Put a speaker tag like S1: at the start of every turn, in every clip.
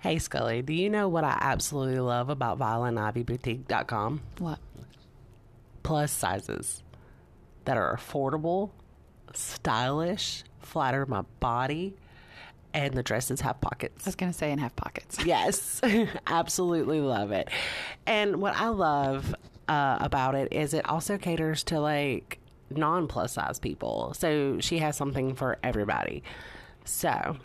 S1: Hey, Scully, do you know what I absolutely love about violinivyboutique.com?
S2: What?
S1: Plus sizes that are affordable, stylish, flatter my body, and the dresses have
S2: I
S1: pockets.
S2: was going to say and have pockets.
S1: Yes, absolutely love it. And what I love uh, about it is it also caters to like non plus size people. So she has something for everybody. So,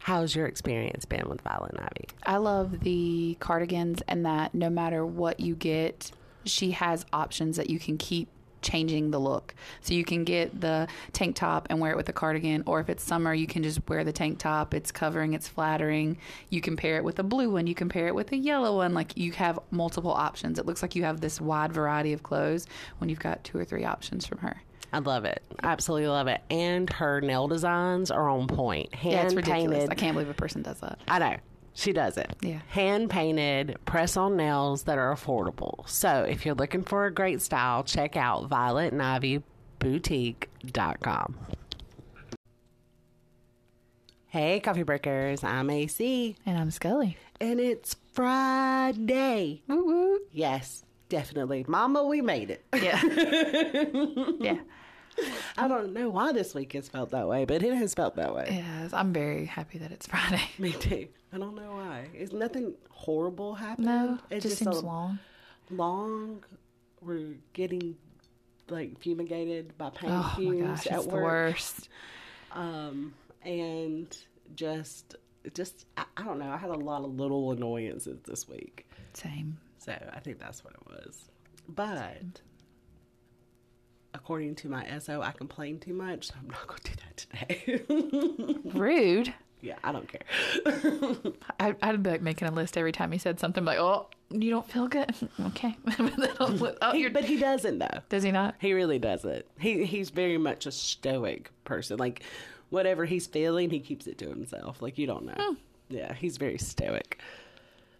S1: how's your experience been with Violet Ivy?
S2: I love the cardigans and that no matter what you get, she has options that you can keep changing the look. So you can get the tank top and wear it with a cardigan, or if it's summer, you can just wear the tank top. It's covering, it's flattering. You can pair it with a blue one, you can pair it with a yellow one. Like you have multiple options. It looks like you have this wide variety of clothes when you've got two or three options from her.
S1: I love it. Absolutely love it. And her nail designs are on point. Hand
S2: Yeah, it's ridiculous.
S1: painted.
S2: I can't believe a person does that.
S1: I know. She does it.
S2: Yeah.
S1: Hand painted press on nails that are affordable. So if you're looking for a great style, check out Violet and Ivy Boutique.com. Hey, coffee breakers. I'm AC,
S2: And I'm Scully.
S1: and it's Friday.
S2: Woo woo.
S1: Yes, definitely. Mama, we made it.
S2: Yeah. yeah.
S1: I don't know why this week has felt that way, but it has felt that way.
S2: Yes, I'm very happy that it's Friday.
S1: Me too. I don't know why. It's nothing horrible happening.
S2: No, it
S1: it's
S2: just, seems
S1: a
S2: long.
S1: Long. We're getting like fumigated by paint
S2: Oh my
S1: fumes
S2: gosh,
S1: at
S2: it's the
S1: work,
S2: worst.
S1: um, and just, just I, I don't know. I had a lot of little annoyances this week,
S2: Same.
S1: so I think that's what it was. But according to my SO, I complain too much, so I'm not going to do that today.
S2: Rude.
S1: yeah, I don't care.
S2: I, I'd be like making a list every time he said something like, "Oh, you don't feel good." okay. oh,
S1: He-
S2: you're.
S1: but he doesn't though.
S2: Does he not?
S1: He really doesn't. He he's very much a stoic person. Like whatever he's feeling, he keeps it to himself. Like you don't know. Yeah, he's very stoic.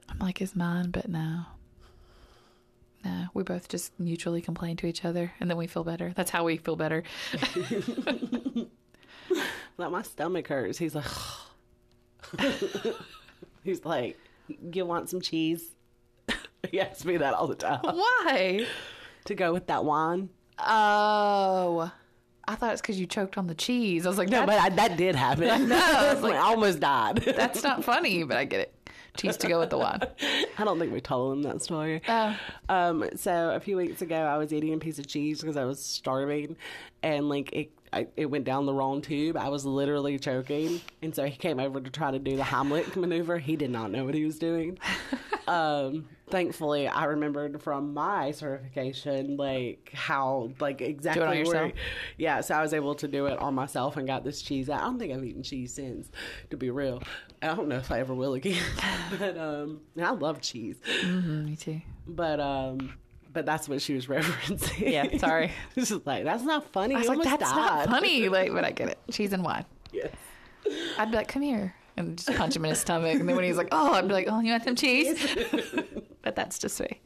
S2: I'm like, is mine, but no. No, we both just mutually complain to each other, and then we feel better. That's how we feel better.
S1: Like my stomach hurts. He's like He's like, You want some cheese? he asks me that all the time.
S2: Why?
S1: To go with that wine.
S2: Oh, I thought it's because you choked on the cheese. I was like,
S1: No, but I, that did happen. I I almost died.
S2: that's not funny. But I get it. Cheese to go with the wine.
S1: I don't think we told him that story.
S2: Oh.
S1: Um, so a few weeks ago, I was eating a piece of cheese because I was starving, and like it, I, it went down the wrong tube. I was literally choking, and so he came over to try to do the Heimlich maneuver. He did not know what he was doing. um, thankfully, I remembered from my certification like how like exactly where-
S2: yourself?
S1: yeah, so I was able to do it on myself and got this cheese out. I don't think I've eaten cheese since, to be real. I don't know if I ever will again, but um, and I love cheese.
S2: Mm-hmm, me too.
S1: But um, but that's what she was referencing.
S2: Yeah, sorry.
S1: She's like, that's not funny.
S2: I was
S1: You
S2: like,
S1: almost
S2: that's
S1: died."
S2: not funny. Like, but I get it. Cheese and wine.
S1: Yes.
S2: I'd be like, come here. And just punch him in his stomach. And then when he's like, oh, I'd be like, oh, you want some cheese? but that's just me.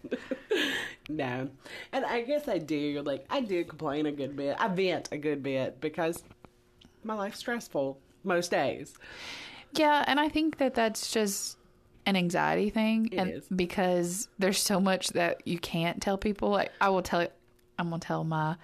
S1: No, and I guess I do. Like I do complain a good bit. I vent a good bit because my life's stressful most days.
S2: Yeah. And I think that that's just an anxiety thing. and
S1: is.
S2: because there's so much that you can't tell people. Like, I will tell, I'm going to tell my,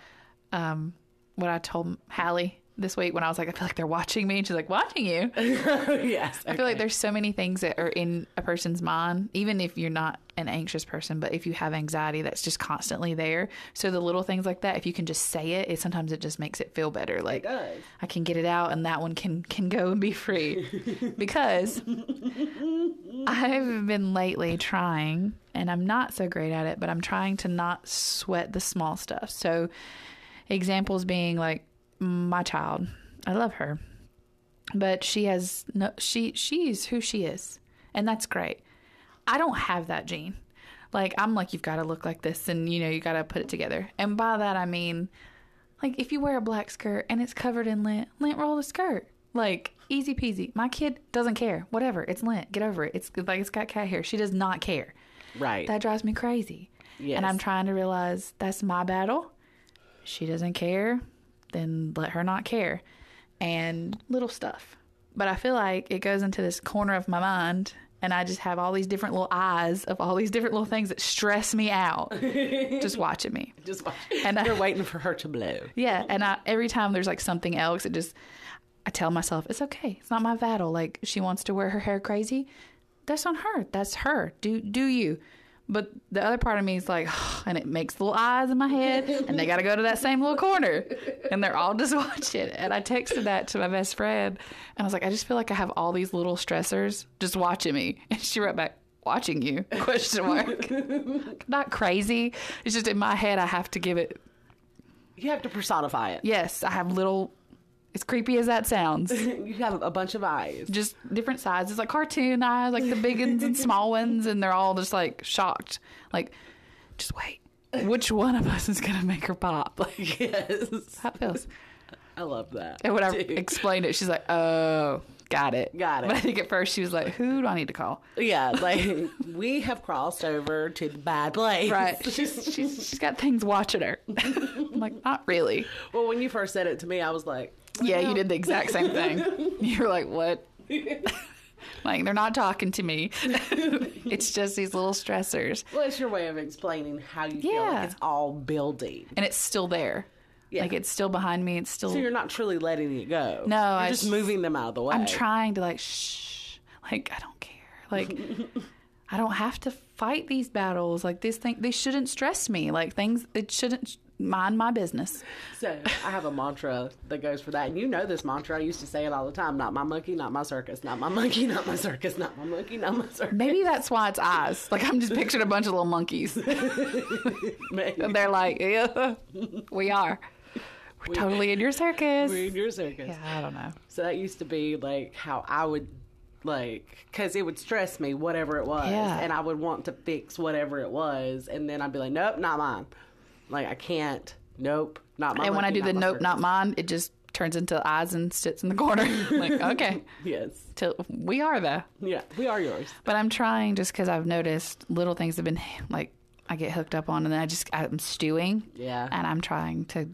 S2: um, what I told Hallie this week when I was like, I feel like they're watching me. And she's like, watching you.
S1: yes,
S2: I feel like there's so many things that are in a person's mind, even if you're not an anxious person, but if you have anxiety, that's just constantly there. So the little things like that, if you can just say it, it sometimes it just makes it feel better. Like
S1: does.
S2: I can get it out, and that one can can go and be free. because I've been lately trying, and I'm not so great at it, but I'm trying to not sweat the small stuff. So examples being like my child, I love her but she has no she she's who she is and that's great i don't have that gene like i'm like you've got to look like this and you know you got to put it together and by that i mean like if you wear a black skirt and it's covered in lint lint roll the skirt like easy peasy my kid doesn't care whatever it's lint get over it it's like it's got cat hair she does not care
S1: right.
S2: that drives me crazy
S1: Yes.
S2: and i'm trying to realize that's my battle she doesn't care then let her not care and little stuff But I feel like it goes into this corner of my mind, and I just have all these different little eyes of all these different little things that stress me out, just watching me.
S1: Just watch.
S2: And I-
S1: You're waiting for her to blow.
S2: Yeah, and I, every time there's like something else, it just I tell myself it's okay. It's not my battle. Like she wants to wear her hair crazy, that's on her. That's her. Do do you? But the other part of me is like, and it makes little eyes in my head, and they got to go to that same little corner, and they're all just watching. And I texted that to my best friend, and I was like, I just feel like I have all these little stressors just watching me. And she wrote back, "Watching you?" Question mark. Not crazy. It's just in my head. I have to give it
S1: You have to personify it.
S2: Yes, I have little. As creepy as that sounds,
S1: You have a bunch of eyes.
S2: just different sizes, like cartoon eyes, like the big ones and small ones, and they're all just like shocked, like, just wait, which one of us is gonna make her pop? Like
S1: Yes.
S2: how it feels.
S1: I love that.
S2: And when I
S1: Dude.
S2: explained it, she's like, "Oh, got it,
S1: Got it.
S2: But I think at first she was like, "Who do I need to call?"
S1: Yeah, like we have crossed over to the bad place.
S2: Right? she's, she's she's got things watching her. I'm like, not really.
S1: Well, when you first said it to me, I was like,
S2: Yeah, you did the exact same thing. You were like, what? like, they're not talking to me. it's just these little stressors.
S1: well, it's your way of explaining how you feel
S2: Yeah.
S1: like it's all building.
S2: And it's still there.
S1: Yeah.
S2: Like, it's still behind me. It's still.
S1: So you're not truly letting it go.
S2: No,
S1: you're
S2: I
S1: just
S2: s-
S1: moving them out of the way.
S2: I'm trying to, like, shh. Like, I don't care. Like, I don't have to fight these battles. Like, these things, they shouldn't stress me. Like, things, it shouldn't mind my business.
S1: So I have a mantra that goes for that, and you know this mantra. I used to say it all the time: "Not my monkey, not my circus. Not my monkey, not my circus. Not my monkey, not my circus."
S2: Maybe that's why it's eyes. Like, I'm just picturing a bunch of little monkeys. And they're like, yeah, we are. We're totally in your circus.
S1: We're in your circus.
S2: Yeah, I don't know.
S1: So that used to be like how I would like because it would stress me whatever it was,
S2: Yeah.
S1: and I would want to fix whatever it was, and then I'd be like, "Nope, not mine. Like I can't. Nope, not mine."
S2: and when I do the nope, not mine, it just turns into eyes and sits in the corner. like, okay,
S1: Yes.
S2: till we are though.
S1: Yeah, we are yours.
S2: But I'm trying just because I've noticed little things have been like I get hooked up on, and then I just I'm stewing,
S1: Yeah.
S2: and I'm trying to.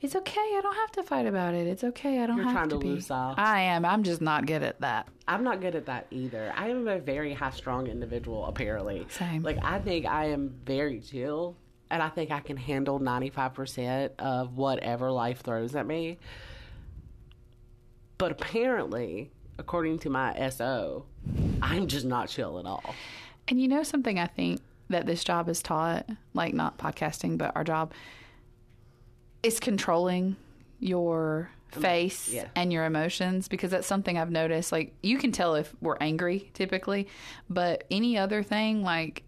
S2: It's okay. I don't have to fight about it. It's okay. I don't
S1: You're
S2: have
S1: trying
S2: to,
S1: to
S2: be.
S1: loose off.
S2: I am. I'm just not good at that.
S1: I'm not good at that either. I am a very high strung individual, apparently.
S2: Same.
S1: Like, I think I am very chill, and I think I can handle 95% of whatever life throws at me. But apparently, according to my SO, I'm just not chill at all.
S2: And you know something I think that this job is taught, like not podcasting, but our job is controlling your face
S1: yeah.
S2: and your emotions because that's something I've noticed. Like you can tell if we're angry typically, but any other thing, like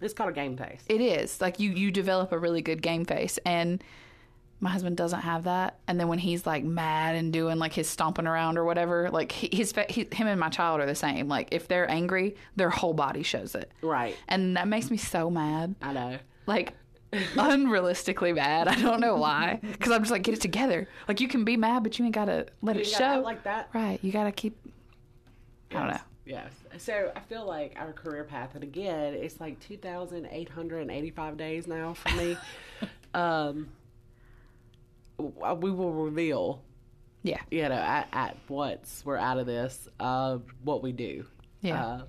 S1: It's called a game face.
S2: it is. Like you you develop a really good game face and my husband doesn't have that. And then when he's like mad and doing like his stomping around or whatever, like he- his fa- he, him and my child are the same. Like if they're angry, their whole body shows it.
S1: Right.
S2: And that makes me so mad.
S1: I know.
S2: Like, unrealistically mad. I don't know why. Because I'm just like, get it together. Like, you can be mad, but you ain't got to let it
S1: You gotta
S2: show.
S1: act like that.
S2: right. You got to keep. I don't know.
S1: Yes. So I feel like our career path, and again, it's like 2,885 days now for me. um, w- we will reveal,
S2: Yeah.
S1: you know, at, at once we're out of this, uh, what we do.
S2: Yeah.
S1: Uh,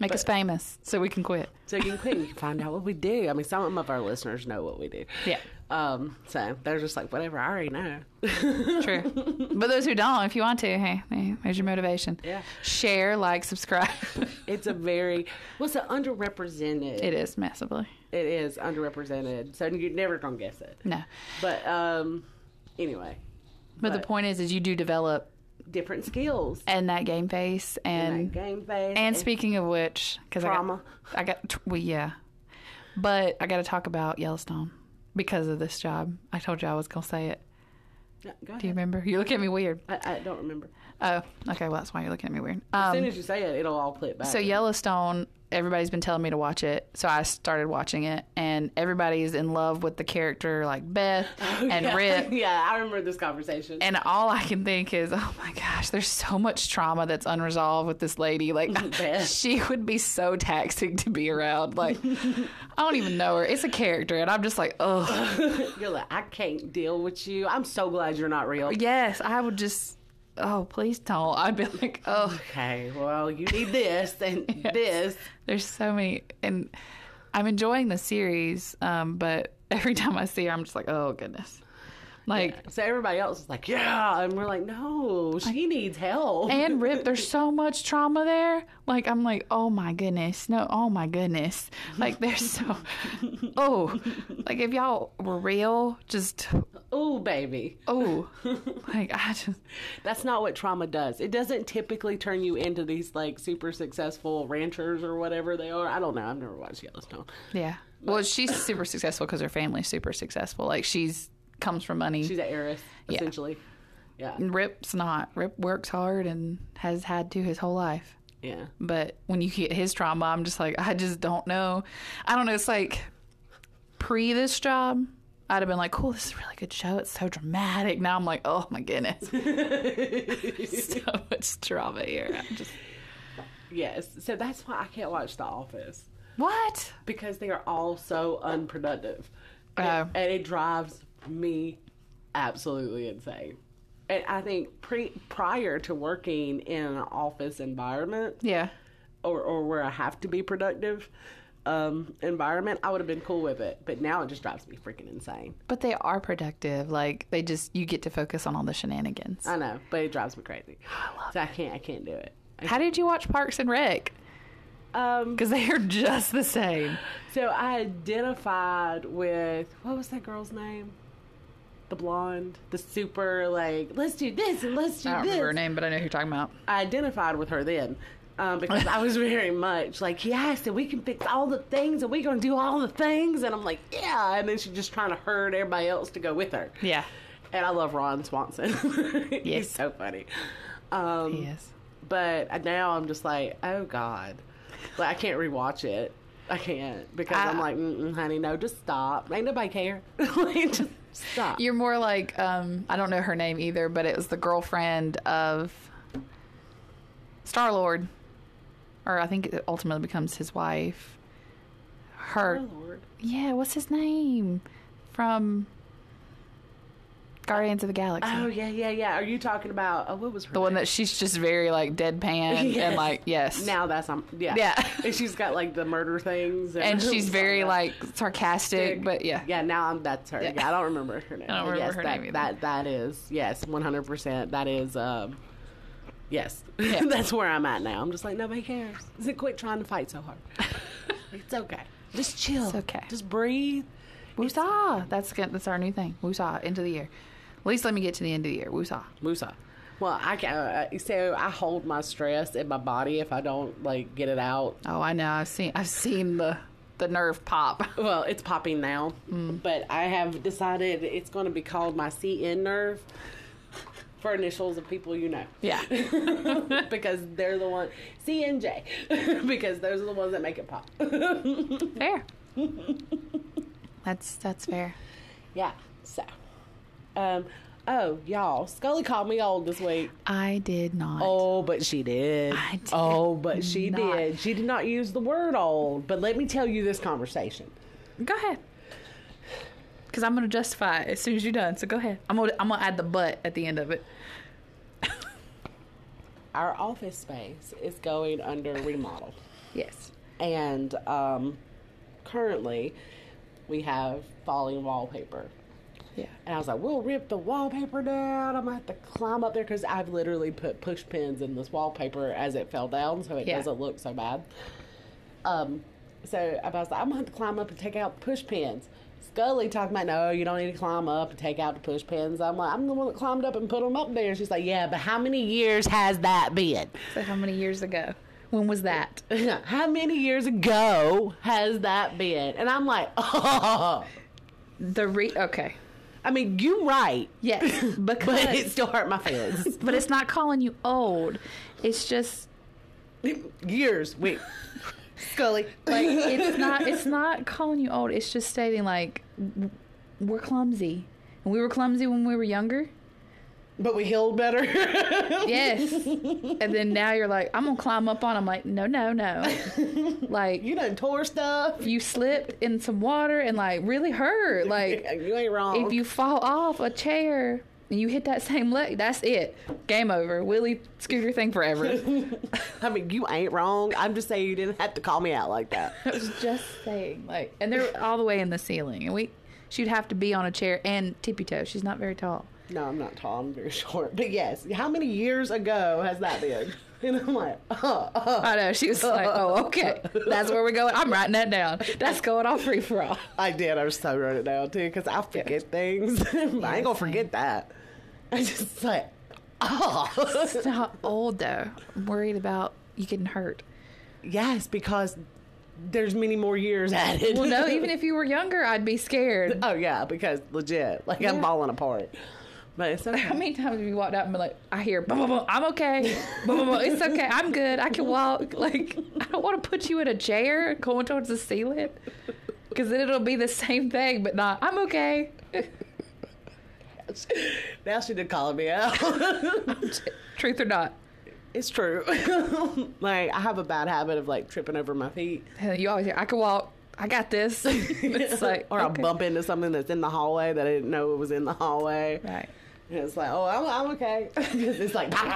S2: Make us famous so we can quit.
S1: so you can click, you can find out what we do. I mean, some of our listeners know what we do.
S2: Yeah.
S1: Um, so they're just like, whatever, I already know.
S2: True. but those who don't, if you want to, hey, hey, there's your motivation.
S1: Yeah.
S2: Share, like, subscribe.
S1: it's a very, what's well, it's a underrepresented?
S2: it is massively.
S1: it is underrepresented. So you're never going to guess it.
S2: No.
S1: But um, anyway,
S2: But, the
S1: But-
S2: point is, is you do develop
S1: different skills
S2: and that game face and.
S1: and that game face.
S2: And speaking of which, because I got,
S1: Eh. Trauma.
S2: I got, t- well, yeah, but I got to talk about Yellowstone because of this job. I told you I was gonna say it.
S1: No, go
S2: Do you
S1: ahead.
S2: remember? You look at me weird.
S1: I, I don't remember.
S2: Oh, okay. Well, that's why you're looking at me weird.
S1: As
S2: Um,
S1: soon as you say it, it'll all clip back.
S2: so Yellowstone, everybody's been telling me to watch it, so I started watching it, and everybody's in love with the character like Beth and
S1: Oh, yeah.
S2: Rip.
S1: yeah, I remember this conversation.
S2: And all I can think is, oh my gosh, there's so much trauma that's unresolved with this lady. Like,
S1: Bet.
S2: she would be so taxing to be around. Like, I don't even know her. It's a character. And I'm just like, oh,
S1: You're like, I can't deal with you. I'm so glad you're not real.
S2: yes, I would just, oh, please don't. I'd be like, oh,
S1: Okay, well, you need this and this.
S2: there's so many. And I'm enjoying the series, um, but every time I see her, I'm just like, oh, goodness. Like,
S1: So everybody else is like, yeah. And we're like, no, she needs help.
S2: and Rip, there's so much trauma there. Like, I'm like, oh my goodness. No, oh my goodness. Like, there's so, oh, like if y'all were real, just,
S1: Ooh, baby.
S2: oh, like, I just,
S1: That's not what trauma does. It doesn't typically turn you into these like super successful ranchers or whatever they are. I don't know. I've never watched Yellowstone.
S2: yeah. Well, she's super successful because her family's super successful. Like, she's, comes from money.
S1: She's an heiress, essentially. Yeah.
S2: Rip's not. Rip works hard and has had to his whole life.
S1: Yeah.
S2: But when you get his trauma, I'm just like, I just don't know. I don't know. It's like pre this job, I'd have been like, cool, this is a really good show. It's so dramatic. Now I'm like, oh my goodness. so much drama here. I'm just,
S1: Yes. So that's why I can't watch The Office
S2: what?
S1: because they are all so unproductive.
S2: Oh.
S1: and it drives me absolutely insane. And I think pre- prior to working in an office environment,
S2: Yeah.
S1: or, or where I have to be productive um, environment, I would have been cool with it. But now it just drives me freaking insane.
S2: But they are productive. Like, they just, you get to focus on all the shenanigans.
S1: I know, but it drives me crazy. I love so I can't. I can't do it.
S2: How did you watch Parks and Rec?
S1: Um,
S2: Because they are just the same.
S1: so I identified with what was that girl's name? The blonde, the super like, let's do this and let's do
S2: I don't
S1: this.
S2: remember her name, but I know who you're talking about.
S1: I identified with her then. Um, because I was very much like, yes, and we can fix all the things, and we're gonna do all the things, and I'm like, yeah. And then she's just trying to herd everybody else to go with her.
S2: Yeah.
S1: And I love Ron Swanson.
S2: Yes.
S1: He's so funny. Um,
S2: Yes.
S1: But now I'm just like, oh God. Like, I can't rewatch it. I can't because I, am
S2: I-
S1: like, Mm-mm, honey, no, just stop. Ain't nobody care. like, just stop.
S2: You're more like um, I don't know her name either, but it was the girlfriend of Star Lord, or I think it ultimately becomes his wife. Her,
S1: Oh, Lord.
S2: yeah, what's his name from Guardians of the Galaxy?
S1: Oh, yeah, yeah, yeah. Are you talking about, oh, what was her
S2: the one that she's just very like deadpan and
S1: Yes.
S2: like yes,
S1: Now that's, um, yeah.
S2: Yeah.
S1: and she's got like the murder things.
S2: and she's
S1: all
S2: very
S1: that.
S2: like sarcastic, but yeah,
S1: Yeah, now I'm that's her.
S2: Yeah.
S1: Yeah, I don't remember her name.
S2: I don't
S1: But
S2: remember
S1: yes,
S2: her
S1: that,
S2: name either.
S1: That that is yes, 100. percent That is um, yes.
S2: Yeah.
S1: that's where I'm at now. I'm just like nobody cares. Is it quit trying to fight so hard? it's okay. Just chill.
S2: It's okay.
S1: Just breathe.
S2: woosah. That's good. That's our new thing. Woosah. End of the year. At least let me get to the end of the year. Woosah.
S1: Musa. Well, I can. Uh, so I hold my stress in my body if I don't like get it out.
S2: Oh, I know. I've seen I've seen the the nerve pop.
S1: Well, it's popping now, but I have decided it's going to be called my CN nerve for initials of people you know.
S2: Yeah.
S1: because they're the one C and J because those are the ones that make it pop.
S2: fair. That's that's fair.
S1: yeah. So, um, oh y'all, Scully called me old this week.
S2: I did not.
S1: Oh, but she did.
S2: I did
S1: oh, but she
S2: not.
S1: did. She did not use the word old. But let me tell you this conversation.
S2: Go ahead. Cuz I'm going to justify it as soon as you're done. So go ahead. I'm going to I'm going to add the but at the end of it.
S1: Our office space is going under remodel,
S2: Yes.
S1: and um, currently we have falling wallpaper.
S2: Yeah.
S1: And I was like, we'll rip the wallpaper down. I'm going to have to climb up there because I've literally put push pins in this wallpaper as it fell down so it
S2: Yeah.
S1: doesn't look so bad. Um, so I was like, I'm going to have to climb up and take out the push pins. Scully talking about, no, you don't need to climb up and take out the push pins. I'm like, I'm the one that climbed up and put them up there. She's like, yeah, but how many years has that been?
S2: So how many years ago? When was that?
S1: how many years ago has that been? And I'm like, oh.
S2: The re Okay.
S1: I mean, you right,
S2: Yes. Because
S1: but it still hurt my feelings.
S2: but it's not calling you old. It's just
S1: years. Wait,
S2: Scully. Like it's not it's not calling you old. It's just stating like w- we're clumsy. And we were clumsy when we were younger.
S1: but we healed better.
S2: Yes. and then now you're like, I'm gonna climb up on. I'm like, no, no, no. like
S1: you done tore stuff.
S2: you slipped in some water and like really hurt. Like
S1: You ain't wrong.
S2: if you fall off a chair, and you hit that same leg, that's it. Game over. Willie scooter thing forever.
S1: I mean, you ain't wrong. I'm just saying you didn't have to call me out like that.
S2: I was just saying, like, and they're all the way in the ceiling, and we, she'd have to be on a chair and tippy toe. She's not very tall.
S1: No, I'm not tall. I'm very short. But yes, how many years ago has that been? And I'm like, uh, uh.
S2: I know. She was like, "Oh, okay, that's where we're going." I'm writing that down. That's going on free for all.
S1: I did. I so wrote it down too because I forget things. I ain't gonna forget that. I just like, oh.
S2: It's not old though. I'm worried about you getting hurt.
S1: yes, because there's many more years added.
S2: Well, no, even if you were younger, I'd be scared.
S1: oh yeah, because legit, like
S2: Yeah.
S1: I'm falling apart. But it's okay.
S2: How many times have you walked out and been like, I hear, "Bum, bum, bum, I'm okay. Bum, bum, bum, It's okay. I'm good. I can walk. Like, I don't want to put you in a chair going towards the ceiling because then it'll be the same thing, but not, I'm okay.
S1: now she did call me out.
S2: Truth or not.
S1: it's true. like I have a bad habit of like tripping over my feet.
S2: You always hear, I can walk. I got this. it's like,
S1: or
S2: okay.
S1: I bump into something that's in the hallway that I didn't know it was in the hallway.
S2: Right.
S1: And it's like, oh, I'm, I'm okay. 'Cause it's like, and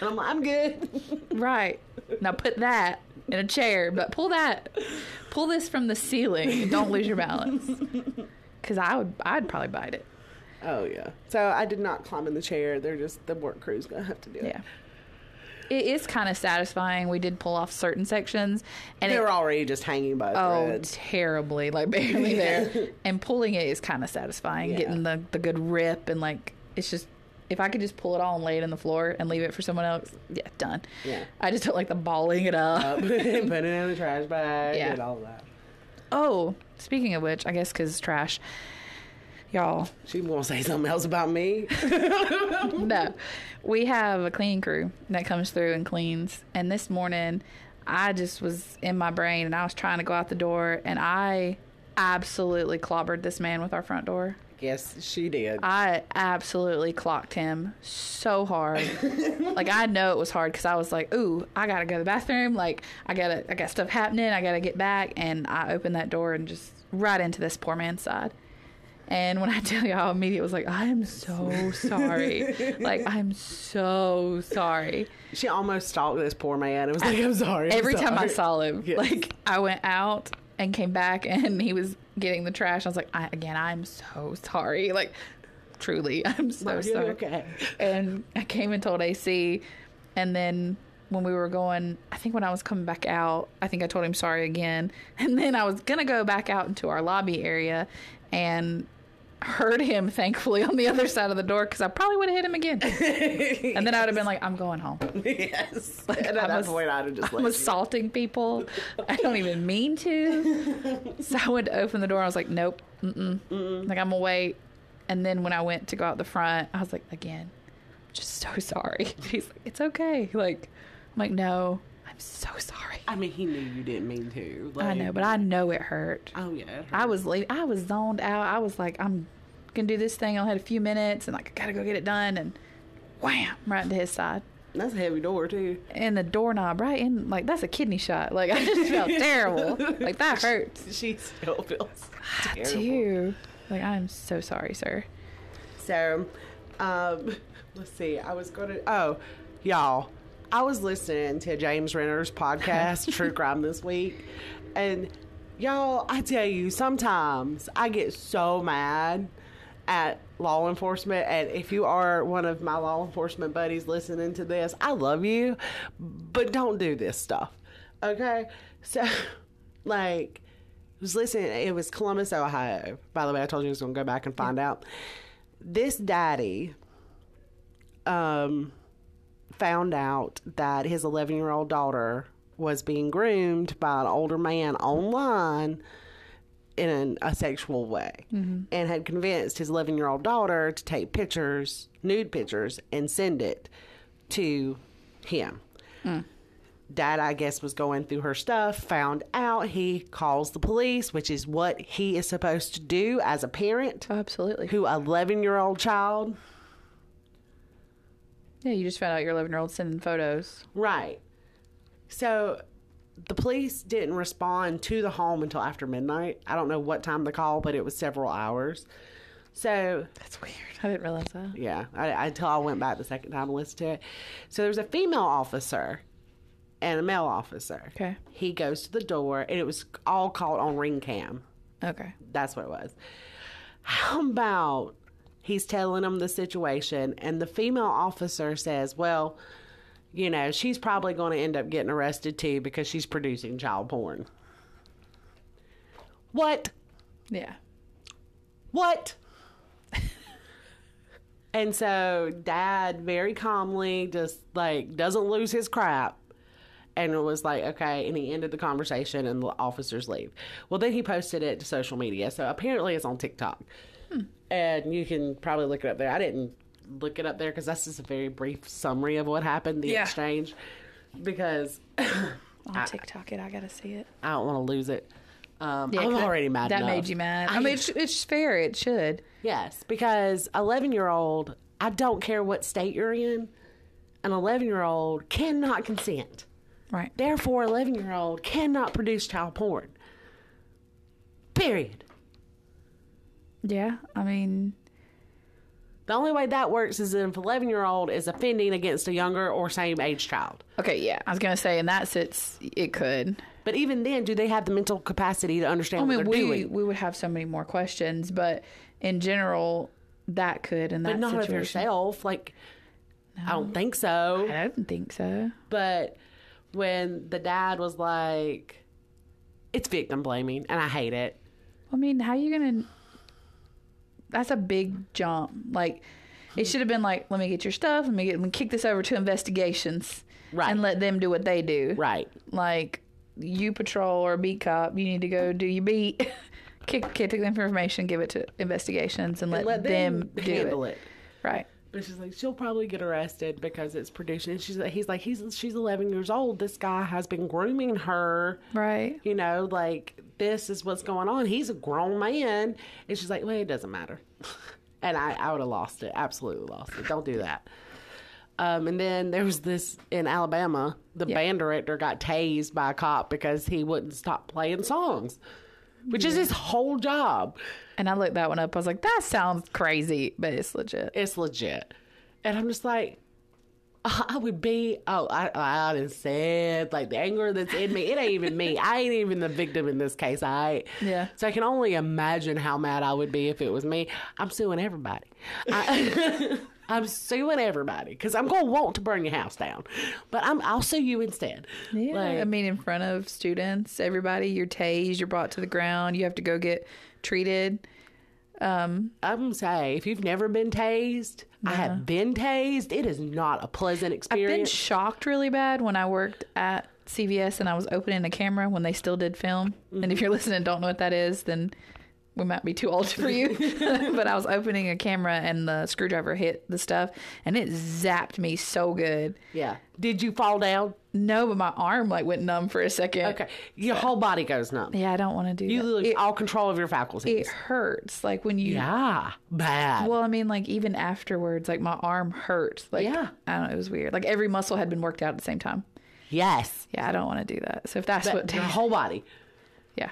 S1: I'm like, I'm good.
S2: Right. Now put that in a chair, but pull that, pull this from the ceiling and don't lose your balance. Because I would, I'd probably bite it.
S1: Oh, yeah. So I did not climb in the chair. They're just, the work crew's going to have to do it.
S2: Yeah. It is kind of satisfying. We did pull off certain sections, and
S1: They're
S2: it,
S1: already just hanging by a
S2: oh,
S1: thread.
S2: terribly, like barely there. And pulling it is kind of satisfying.
S1: Yeah.
S2: Getting the the good rip and like it's just if I could just pull it all and lay it in the floor and leave it for someone else, yeah, done.
S1: Yeah. Uh,
S2: I just don't like the balling it up.
S1: Up, Put it in the trash bag
S2: Yeah.
S1: and all that.
S2: Oh, speaking of which, I guess because it's trash, y'all.
S1: She won't say something else about me.
S2: no, we have a cleaning crew that comes through and cleans. And this morning, I just was in my brain and I was trying to go out the door, and I absolutely clobbered this man with our front door.
S1: yes, she did.
S2: I absolutely clocked him so hard. like I know it was hard because I was like, "Ooh, I gotta go to the bathroom. Like I gotta, I got stuff happening. I gotta get back." And I opened that door and just right into this poor man's side. And when I tell you how immediate was like, "I am so sorry. like I'm so sorry."
S1: she almost stalked this poor man. It was like, I'm sorry. I'm
S2: Every time I
S1: sorry.
S2: saw him,
S1: Yes.
S2: like I went out and came back, and he was getting the trash. I was like, I, "Again, I'm so sorry." Like. Truly, I'm so
S1: Are you
S2: sorry
S1: okay.
S2: and I came and told AC, and then when we were going, I think when I was coming back out, I think I told him sorry again, and then I was gonna go back out into our lobby area, and heard him thankfully on the other side of the door because I probably would have hit him again, and then I would have been like, I'm going home.
S1: yes. and at
S2: I'm
S1: that
S2: a-
S1: point, I'd have just
S2: I'm
S1: let you.
S2: assaulting people. I don't even mean to. So I went to open the door. I was like, nope, mm-mm. like I'm gonna wait. And then when I went to go out the front, I was like, again, I'm just so sorry. He's like, it's okay. Like, I'm like, no, I'm so sorry.
S1: I mean, he knew you didn't mean to.
S2: I know, but I know it hurt.
S1: Oh yeah.
S2: I was late. I was zoned out. I was like, I'm gonna do this thing. I only had a few minutes, and like, I gotta go get it done. And wham, right into his side.
S1: That's a heavy door too.
S2: and the doorknob right in like that's a kidney shot like i just felt terrible like that hurts
S1: She still feels terrible.
S2: too like i'm so sorry sir
S1: So, um, let's see. I was going to. Oh, y'all, I was listening to James Renner's podcast, True Crime, this week, and y'all, I tell you, sometimes I get so mad at law enforcement and if you are one of my law enforcement buddies listening to this i love you but don't do this stuff okay so like was listening. It was Columbus, Ohio. By the way, I told you I was going to go back and find out. This daddy um, found out that his 11 year old daughter was being groomed by an older man online in a sexual way and had convinced his 11 year old daughter to take pictures, nude pictures, and send it to him dad i guess was going through her stuff found out he calls the police which is what he is supposed to do as a parent
S2: oh, absolutely
S1: who 11 year old child
S2: yeah you just found out your 11 year old sending photos
S1: right so the police didn't respond to the home until after midnight i don't know what time the call but it was several hours So
S2: That's weird. I didn't realize that.
S1: yeah, I, until I went back the second time and listened to it. So there's a female officer and a male officer.
S2: Okay.
S1: He goes to the door, and it was all caught on ring cam.
S2: Okay.
S1: That's what it was. How about he's telling him the situation, and the female officer says, Well, you know, she's probably going to end up getting arrested too because she's producing child porn. What?
S2: Yeah.
S1: What? and so dad very calmly just like doesn't lose his crap and it was like okay and he ended the conversation and the officers leave well then he posted it to social media so apparently it's on tiktok
S2: Hmm.
S1: and you can probably look it up there i didn't look it up there because that's just a very brief summary of what happened the
S2: Yeah.
S1: exchange because
S2: On TikTok, it. I gotta see it.
S1: i don't want to lose it um, i'm already mad
S2: That
S1: enough.
S2: made you mad. I, mean, it's, it's fair. It should.
S1: Yes, because 11 year old, I don't care what state you're in, an 11 year old cannot consent.
S2: Right.
S1: Therefore, 11 year old cannot produce child porn. Period.
S2: Yeah. I mean,
S1: The only way that works is if 11 year old is offending against a younger or same age child.
S2: okay. Yeah. I was gonna say, and that's it's. It could.
S1: But even then, do they have the mental capacity to understand
S2: I
S1: what
S2: mean,
S1: they're
S2: we
S1: doing?
S2: we would have so many more questions, but in general, that could in that
S1: But not of
S2: situation.
S1: yourself. Like, I don't think so.
S2: I don't think so.
S1: But when the dad was like, it's victim blaming, and I hate it.
S2: I mean, how you gonna? That's a big jump. Like, it should have been like, let me get your stuff. Let me get, let me kick this over to investigations,
S1: Right.
S2: And let them do what they do,
S1: Right.
S2: Like, you patrol or beat cop, you need to go do your beat, kick kick the information, give it to investigations, and let, them, do
S1: handle it.
S2: Right.
S1: But she's like, she'll probably get arrested because it's production. And she's like, he's like, he's she's 11 years old. This guy has been grooming her.
S2: Right.
S1: You know, like this is what's going on. He's a grown man, and she's like, well, it doesn't matter. and I, I would have lost it. Absolutely lost it. Don't do that. Um, and then there was this in Alabama. The band director got tased by a cop because he wouldn't stop playing songs, which is his whole job.
S2: And I looked that one up. I was like, that sounds crazy, but it's legit.
S1: it's legit. And I'm just like, I would be, oh, I, I done said, like the anger that's in me, it ain't even me. I ain't even the victim in this case, all right?
S2: Yeah.
S1: So I can only imagine how mad I would be if it was me. I'm suing everybody. I, I'm suing everybody because I'm going to want to burn your house down, but I'm, I'll sue you instead.
S2: Yeah,
S1: Like,
S2: I mean, in front of students, everybody, you're tased, you're brought to the ground, you have to go get treated.
S1: I'm saying, if you've never been tased, I have been tased. It is not a pleasant
S2: Uh-huh. I've
S1: experience.
S2: been shocked really bad when I worked at CVS and I was opening a camera when they still did film. And
S1: Mm-hmm.
S2: if you're listening and don't know what that is, then we might be too old for you. but I was opening a camera and the screwdriver hit the stuff and it zapped me so good.
S1: yeah. Did you fall down?
S2: No, but my arm like went numb for a second.
S1: Okay. Your whole body goes numb.
S2: Yeah, I don't want to do
S1: You
S2: that.
S1: lose
S2: It,
S1: all control of your faculties.
S2: it hurts like when you
S1: yeah. Bad.
S2: Well, I mean, like even afterwards, like my arm hurt. Like,
S1: Yeah.
S2: I don't know. It was weird. Like every muscle had been worked out at the same time.
S1: yes.
S2: Yeah, I don't want to do that. So if that's
S1: But
S2: what,
S1: your whole body.
S2: yeah,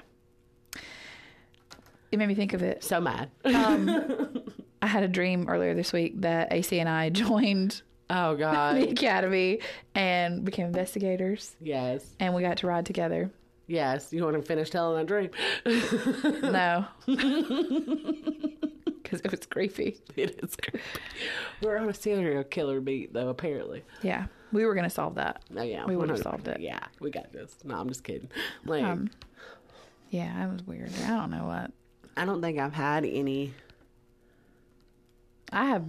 S2: it made me think of it.
S1: So mad.
S2: I had a dream earlier this week that AC and I joined
S1: oh,
S2: the
S1: God.
S2: academy and became investigators,
S1: yes.
S2: and we got to ride together.
S1: Yes. You want to finish telling that dream?
S2: No, because it was creepy.
S1: it is creepy. We're on a serial killer beat, though, apparently.
S2: Yeah, we were gonna solve that.
S1: Oh, yeah.
S2: We would've
S1: 100%.
S2: solved it. Um.
S1: Yeah. We got this. No, I'm just kidding. Like,
S2: Yeah, that was weird. I don't know what
S1: I don't think I've had any.
S2: I have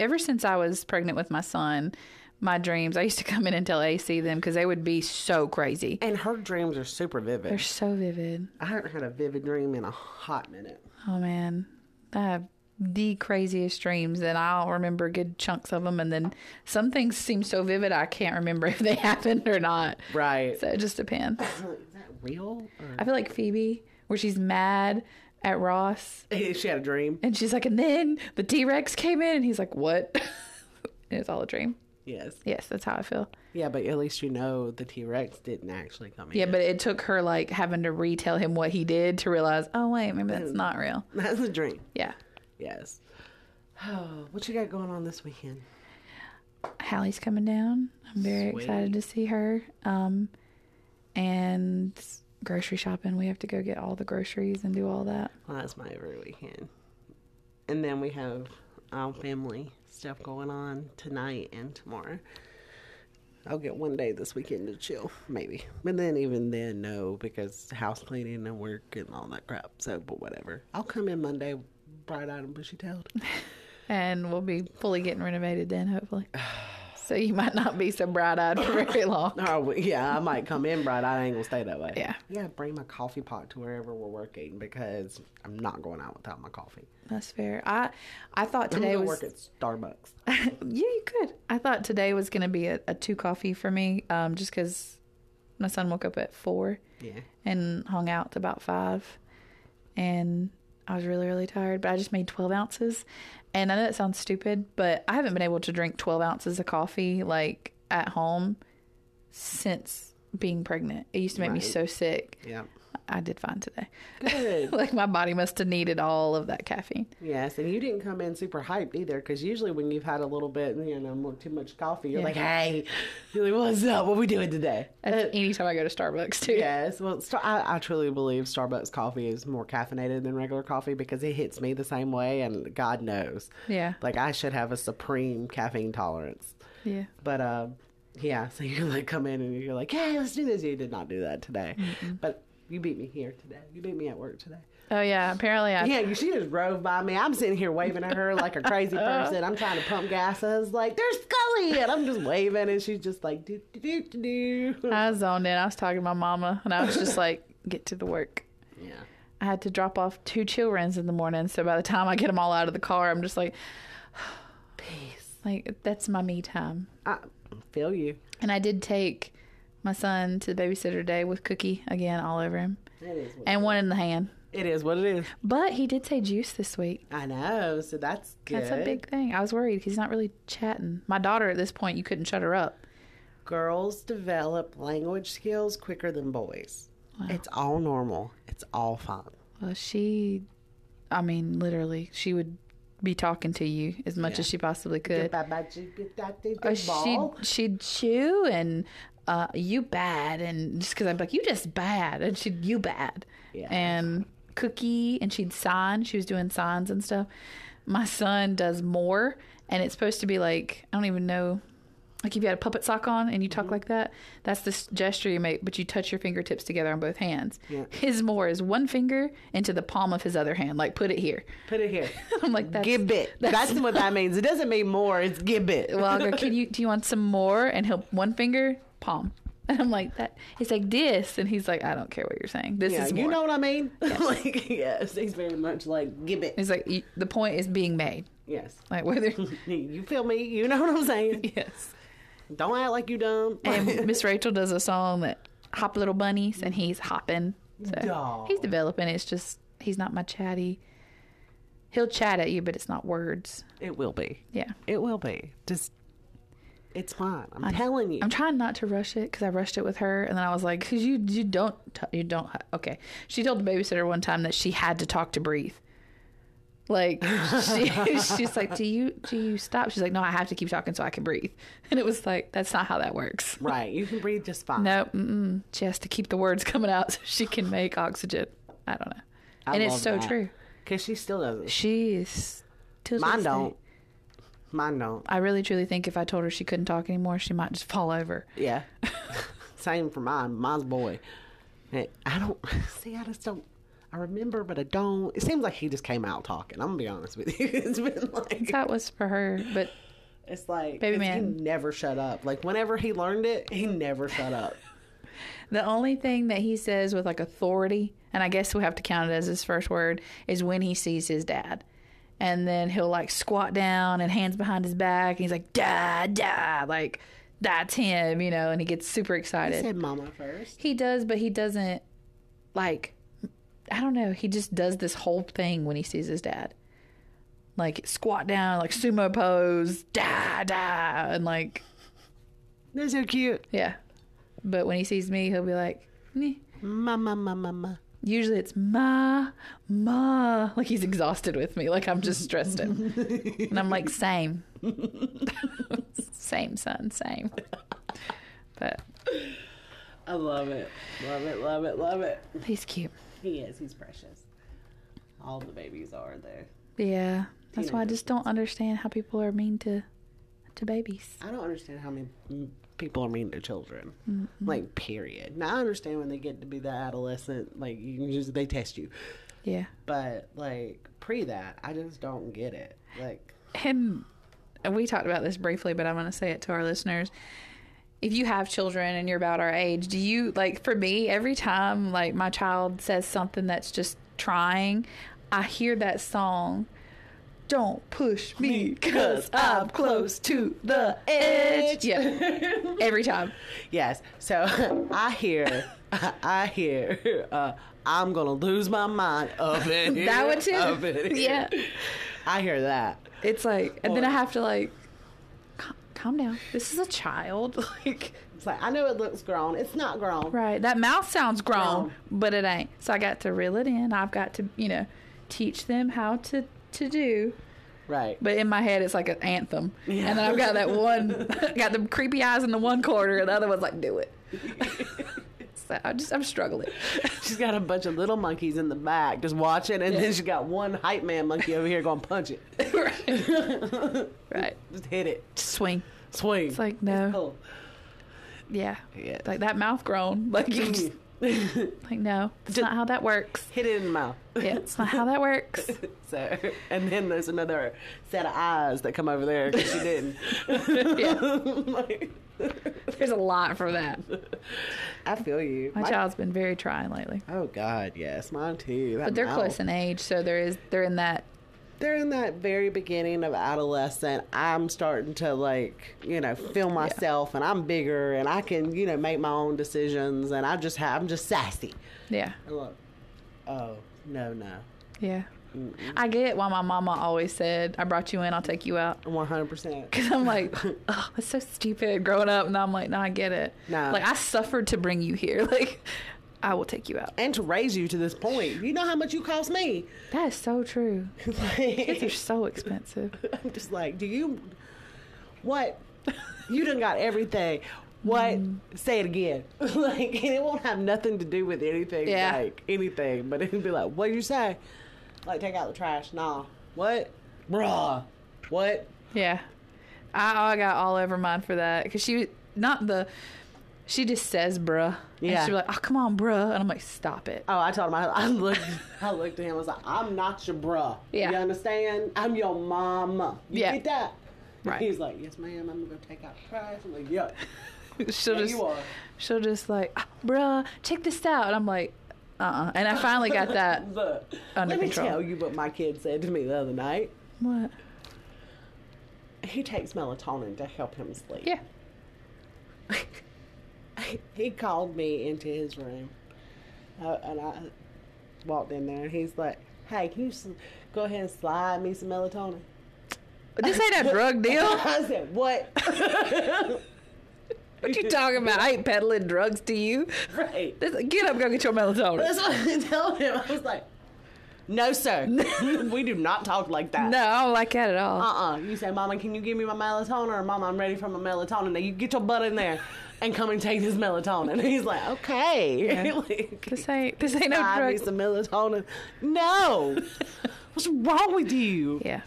S2: ever since I was pregnant with my son, my dreams. I used to come in and tell AC them because they would be so crazy.
S1: And her dreams are super
S2: They're
S1: vivid.
S2: so vivid.
S1: I haven't had a vivid dream in a hot minute.
S2: Oh man, I have the craziest dreams, and I'll remember good chunks of them, and then some things seem so vivid I can't remember if they happened or not.
S1: Right.
S2: So it just depends.
S1: Is that real? Or...
S2: I feel like Phoebe, where she's mad at Ross,
S1: She had a dream.
S2: and she's like, and then the T Rex came in, and he's like, what? and it's all a dream.
S1: Yes.
S2: Yes, that's how I feel.
S1: Yeah, but at least you know the T Rex didn't actually come in.
S2: Yeah, but it took her like having to retell him what he did to realize, oh wait, maybe that's not real.
S1: That's a dream.
S2: Yeah.
S1: Yes. Oh, what you got going on this weekend?
S2: Hallie's coming down. I'm very
S1: Sweet.
S2: excited to see her. Um, and grocery shopping. We have to go get all the groceries and do all that.
S1: Well, that's my every weekend. And then we have um, family stuff going on tonight and tomorrow. I'll get one day this weekend to chill, maybe. But then, even then, no, because house cleaning and work and all that crap. So, but whatever. I'll come in Monday, bright eyed and bushy tailed.
S2: And we'll be fully getting renovated then, hopefully. So you might not be so bright eyed for very long.
S1: Oh well, yeah, I might come in bright. I ain't gonna stay that way.
S2: Yeah.
S1: I gotta bring my coffee pot to wherever we're working because I'm not going out without my coffee.
S2: That's fair. I I thought
S1: I'm
S2: today
S1: gonna
S2: was
S1: work at Starbucks.
S2: yeah, you could. I thought today was going to be a, a two coffee for me, um, just because my son woke up at four
S1: Yeah.
S2: and hung out to about five, and I was really really tired. But I just made twelve ounces, and I know that sounds stupid, but I haven't been able to drink twelve ounces of coffee like at home since being pregnant. It used to make me
S1: Right.
S2: so sick.
S1: Yeah.
S2: I did fine today.
S1: Good.
S2: like my body must have needed all of that caffeine.
S1: yes, and you didn't come in super hyped either because usually when you've had a little bit, you know, more- too much coffee, you're
S2: Yeah. Uh,
S1: like, hey, you're like, what's up? What we doing today?
S2: That's anytime I go to Starbucks too.
S1: Yes, well, Star- I, I truly believe Starbucks coffee is more caffeinated than regular coffee because it hits me the same way, and God knows,
S2: Yeah.
S1: like I should have a supreme caffeine tolerance.
S2: Yeah.
S1: But um, yeah, so you like come in and you're like, hey, let's do this. You did not do that today, but you beat me here today. You beat me at work today.
S2: Oh yeah, apparently I.
S1: Yeah, you, she just drove by me. I'm sitting here waving at her like a crazy person. I'm trying to pump gas. I was like, there's Scully, and I'm just waving, and she's just like, do do do do do.
S2: I zoned in. I was talking to my mama, and I was just like, "Get to the work."
S1: Yeah.
S2: I had to drop off two childrens in the morning, so by the time I get them all out of the car, I'm just like,
S1: Peace.
S2: like that's my me time.
S1: I feel you.
S2: And I did take my son to the babysitter day with Cookie again, all over him,
S1: It is. What,
S2: and one in the hand.
S1: it is what it is.
S2: But he did say juice this week.
S1: I know. So that's good.
S2: That's a big thing. I was worried. He's not really chatting. My daughter at this point, you couldn't shut her up.
S1: Girls develop language skills quicker than boys. It's all normal. It's all fine.
S2: Well, she, I mean, literally, she would be talking to you as much as she possibly could. Uh,
S1: Ball.
S2: she'd, she'd chew and uh, you bad and just because I'm like you just bad and she'd you bad
S1: Yeah.
S2: and cookie and she'd sign she was doing signs and stuff my son does more and it's supposed to be like I don't even know like if you had a puppet sock on and you
S1: Mm-hmm.
S2: talk like that that's this gesture you make but you touch your fingertips together on both hands
S1: Yeah.
S2: his more is one finger into the palm of his other hand like put it here
S1: Put it here.
S2: I'm like that's
S1: Gibbet. That's what that means. It doesn't mean more. It's gibbet.
S2: well, I'll go, can you do you want some more? And he'll one finger palm. And I'm like that. He's like this, and he's like, I don't care what you're saying. This
S1: Yeah,
S2: is
S1: you
S2: more.
S1: know what I mean. like yes, he's very much like gibbet.
S2: He's like "You- the point is being made.
S1: Yes,
S2: Like whether
S1: you feel me. You know what I'm saying.
S2: yes.
S1: Don't act like you dumb.
S2: And Miss Rachel does a song that hop little bunnies, and he's hopping. So
S1: Dog.
S2: he's developing. It's just he's not my chatty. He'll chat at you, but it's not words.
S1: It will be.
S2: Yeah.
S1: It will be. Just it's fine. I'm, telling you.
S2: I'm trying not to rush it because I rushed it with her, and then I was like, "Cause you you don't t- you don't okay." She told the babysitter one time that she had to talk to breathe. Like she, she's like, "Do you do you stop?" She's like, "No, I have to keep talking so I can breathe." And it was like, "That's not how that works."
S1: right. You can breathe just fine.
S2: No, mm-mm. she has to keep the words coming out so she can make oxygen. I don't know,
S1: I
S2: and it's
S1: love
S2: so
S1: that.
S2: true.
S1: Cause she still doesn't.
S2: She's till this
S1: Mine
S2: day-
S1: don't. Mine don't.
S2: I really truly think if I told her she couldn't talk anymore, she might just fall over.
S1: Yeah. Same for mine. Mine's boy. And I don't see. I just don't. I remember, but I don't. It seems like he just came out talking. I'm gonna be honest with you. It's been like
S2: That was for her, but
S1: it's like
S2: Baby
S1: 'cause He
S2: man.
S1: never shut up. Like whenever he learned it, he never shut up.
S2: The only thing that he says with like authority, and I guess we have to count it as his first word, is when he sees his dad. And then he'll like squat down and hands behind his back, and he's like, dad, dad, like that's him, you know, and he gets super
S1: He
S2: excited.
S1: said "Mama" first.
S2: He does, but he doesn't like, I don't know, he just does this whole thing when he sees his dad. Like squat down, like sumo pose, da da, and like
S1: They're so cute.
S2: yeah. But when he sees me, he'll be like, "Meh."
S1: Mama, mama, mama.
S2: Usually it's ma, ma. Like he's exhausted with me. Like I'm just stressed him. and I'm like, same. same, son, same. But
S1: I love it. Love it, love it, love it.
S2: he's cute.
S1: He is. He's precious. All the babies are, though.
S2: Yeah. That's why I just don't understand how people are mean to to babies.
S1: I don't understand how many m- people are mean to children. Like, period. Now, I understand when they get to be the adolescent, like, you can just, they test you.
S2: Yeah.
S1: But, like, pre that, I just don't get it. Like,
S2: and we talked about this briefly, but I'm going to say it to our listeners. If you have children and you're about our age, do you like for me every time like my child says something that's just trying, I hear that song. Don't push me cuz I'm close to the edge. Yeah. Every time.
S1: Yes. So I hear, I hear, uh, I'm gonna lose my mind up in here.
S2: That one too.
S1: Up in here.
S2: Yeah.
S1: I hear that.
S2: It's like and then I have to like "Cal- calm down. This is a child like
S1: It's like I know it looks grown. It's not grown.
S2: Right. That mouth sounds grown,
S1: Grown.
S2: but it ain't. So I got to reel it in. I've got to, you know, teach them how to to do.
S1: Right.
S2: But in my head, it's like an anthem. And then I've got that one, got the creepy eyes in the one corner, and the other one's like, do it. so I just, I'm struggling.
S1: She's got a bunch of little monkeys in the back just watching, and then she got one hype man monkey over here going punch it,
S2: right. right.
S1: just hit it,
S2: Just swing.
S1: swing.
S2: It's like, no.
S1: oh,
S2: Yeah.
S1: Yeah.
S2: Like that mouth grown. Like, you just, like no, it's not how that works.
S1: hit it in the mouth.
S2: Yeah, it's not how that works.
S1: So, and then there's another set of eyes that come over there because she didn't.
S2: Yeah.
S1: Like,
S2: There's a lot for that.
S1: I feel you.
S2: My
S1: My-
S2: child's been very trying lately.
S1: Oh God, yes, mine too. That
S2: But they're
S1: mouth.
S2: close in age, so there is they're in that
S1: They're in that very beginning of adolescent. I'm starting to like, you know, feel myself, and I'm bigger, and I can, you know, make my own decisions, and I just have, I'm just sassy.
S2: yeah.
S1: And look, oh no, no,
S2: Yeah. I get why my mama always said, I brought you in, I'll take you out.
S1: one hundred percent.
S2: Because I'm like, oh, that's so stupid growing up. And I'm like, no, I get it.
S1: Nah.
S2: Like, I suffered to bring you here. Like, I will take you out.
S1: And to raise you to this point, you know how much you cost me.
S2: That is so true. Kids are
S1: Like,
S2: so expensive.
S1: I'm just like, do you? What? You done got everything. What?
S2: Mm-hmm.
S1: Say it again. like, and it won't have nothing to do with anything.
S2: Yeah.
S1: Like anything, but it'd be like, what you say? Like, take out the trash. Nah. What? Bruh. What?
S2: Yeah. I, I got all over mine for that. Because she, not the, she just says, bruh.
S1: Yeah.
S2: And she'd be like, oh, come on, bruh. And I'm like, stop it.
S1: Oh, I told him. I, I looked. I looked at him. I was like, I'm not your bruh.
S2: Yeah.
S1: You understand? I'm your mama. You
S2: Yeah.
S1: get that?
S2: Right.
S1: He's like, yes, ma'am. I'm gonna go take out the trash. I'm like, yeah.
S2: She'll
S1: Yeah,
S2: just,
S1: you are.
S2: she'll just like, "Ah, bruh, check this out. And I'm like, uh uh And I finally got that.
S1: Look,
S2: Under
S1: let me
S2: control.
S1: tell you what my kid said to me the other night.
S2: What?
S1: He takes melatonin to help him sleep.
S2: Yeah.
S1: he called me into his room, uh, and I walked in there, and he's like, "Hey, can you s- go ahead and slide me some melatonin?"
S2: This ain't a drug deal.
S1: I said, "What?"
S2: What you talking about? I ain't peddling drugs to you.
S1: right.
S2: This, get up, go get your melatonin.
S1: That's what I told him. I was like, "No, sir. we do not talk like that."
S2: No, I don't like that at all.
S1: uh-uh. You say, Mama, can you give me my melatonin? Or, Mama, I'm ready for my melatonin. Now, you get your butt in there and come and take this melatonin. And he's like, okay.
S2: Yeah.
S1: Like,
S2: this ain't this ain't no
S1: I need
S2: drug.
S1: some melatonin. No. What's wrong with you?
S2: Yeah,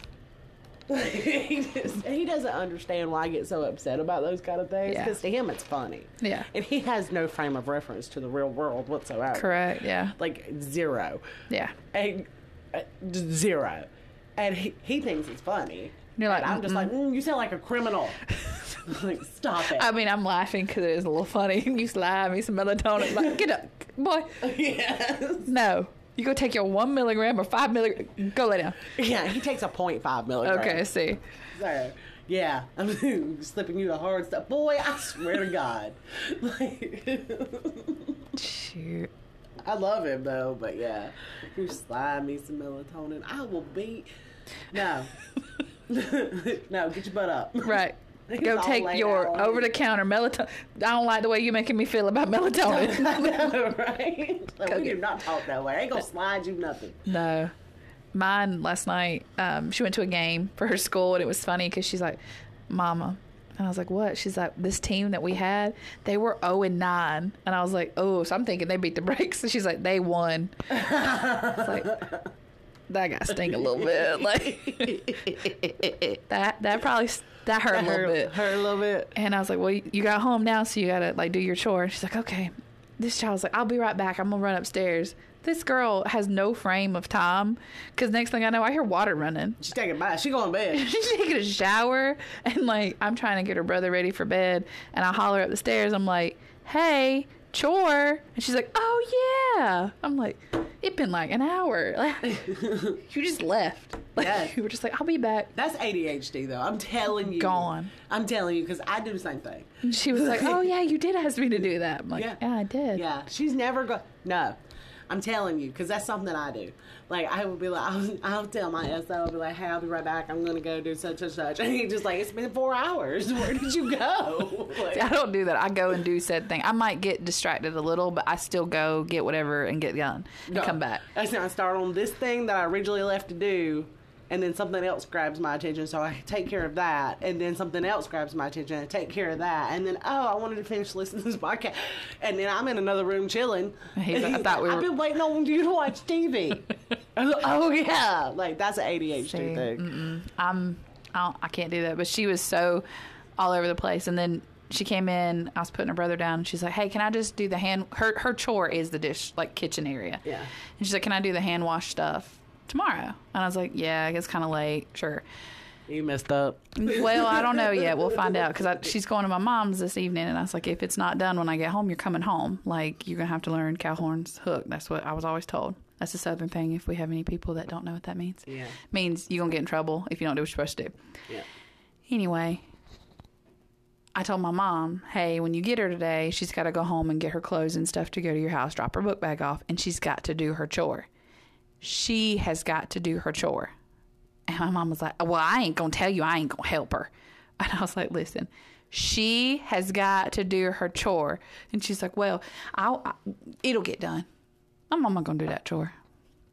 S1: he, just- he doesn't understand why I get so upset about those kind of things.
S2: Yeah.
S1: Because to him, it's funny.
S2: Yeah.
S1: And he has no frame of reference to the real world whatsoever.
S2: correct. Yeah,
S1: Like, zero.
S2: yeah.
S1: and uh, d- zero. And he, he thinks it's funny.
S2: You're like,
S1: And I'm just like, mm, you sound like a criminal. like, stop it.
S2: I mean, I'm laughing because it is a little funny. you slide me some melatonin. Like, get up, boy.
S1: yes.
S2: No, you go take your one milligram or five milligram. Go lay down.
S1: Yeah, he takes a 0.5 milligram.
S2: Okay, see.
S1: So, yeah, I'm slipping you the hard stuff. Boy, I swear to God. Like,
S2: Shoot.
S1: I love him, though, but yeah. You slide me some melatonin. I will be. No. no, get your butt up.
S2: Right. Go take your over the counter melatonin. I don't like the way you're making me feel about melatonin.
S1: right? Like,
S2: Go
S1: we
S2: get-
S1: do not talk that way. I ain't gonna slide you nothing.
S2: no. Mine last night, um, she went to a game for her school, and it was funny because she's like, Mama. And I was like, What? She's like, This team that we had, they were 0 and 9. And I was like, Oh, so I'm thinking they beat the brakes. And she's like, They won. It's like, that got sting a little bit. Like, that, that probably s- that hurt a little bit.
S1: Her a little bit.
S2: And I was like, "Well, you got home now, so you gotta like do your chore." She's like, "Okay." This child's like, "I'll be right back. I'm gonna run upstairs." This girl has no frame of time because next thing I know, I hear water running.
S1: She's taking bath. She going to bed.
S2: She's taking a shower, and like I'm trying to get her brother ready for bed, and I holler up the stairs. I'm like, "Hey, chore!" And she's like, "Oh yeah." I'm like, "It been like an hour. Like, you just left. Like,
S1: Yes.
S2: You were just like, I'll be back."
S1: That's ADHD though. I'm telling you.
S2: Gone.
S1: I'm telling you because I do the same thing.
S2: And she was like, "Oh yeah, you did ask me to do that." I'm like, "Yeah,
S1: Yeah.
S2: I did."
S1: Yeah, she's never go. No, I'm telling you, because that's something I do. Like I will be like, I'll, I'll tell my SO, I'll be like, hey, I'll be right back. I'm gonna go do such and such. And he's just like, it's been four hours. Where did you go? Like,
S2: I don't do that. I go and do said thing. I might get distracted a little, but I still go get whatever and get done and
S1: no.
S2: come back.
S1: That's now I start on this thing that I originally left to do. And then something else grabs my attention, so I take care of that. And then something else grabs my attention, I take care of that. And then, oh, I wanted to finish listening to this podcast. And then I'm in another room chilling.
S2: He's
S1: And
S2: like, I thought we
S1: I've
S2: were-
S1: been waiting on you to watch TV. I was like, oh, yeah. Like, that's an ADHD
S2: See,
S1: thing.
S2: I'm I, don't, I can't do that. But she was so all over the place, and then she came in. I was putting her brother down, and she's like, "Hey, can I just do the hand? Her her chore is the dish like kitchen area.
S1: Yeah.
S2: And she's like, "Can I do the hand wash stuff tomorrow?" And I was like, "Yeah, it's kind of late. Sure."
S1: You messed up.
S2: Well, I don't know yet. We'll find out because she's going to my mom's this evening, and I was like, if it's not done when I get home, you're coming home. Like you're gonna have to learn cow horns hook. That's what I was always told. That's the southern thing. If we have any people that don't know what that means,
S1: Yeah.
S2: means you're gonna get in trouble if you don't do what you're supposed to do.
S1: Yeah.
S2: Anyway, I told my mom, hey, when you get her today, she's got to go home and get her clothes and stuff to go to your house, drop her book bag off, and she's got to do her chore. She has got to do her chore. And my mom was like, well, I ain't going to tell you, I ain't going to help her. And I was like, listen, she has got to do her chore. And she's like, well, I'll, I, it'll get done. My mama going to do that chore.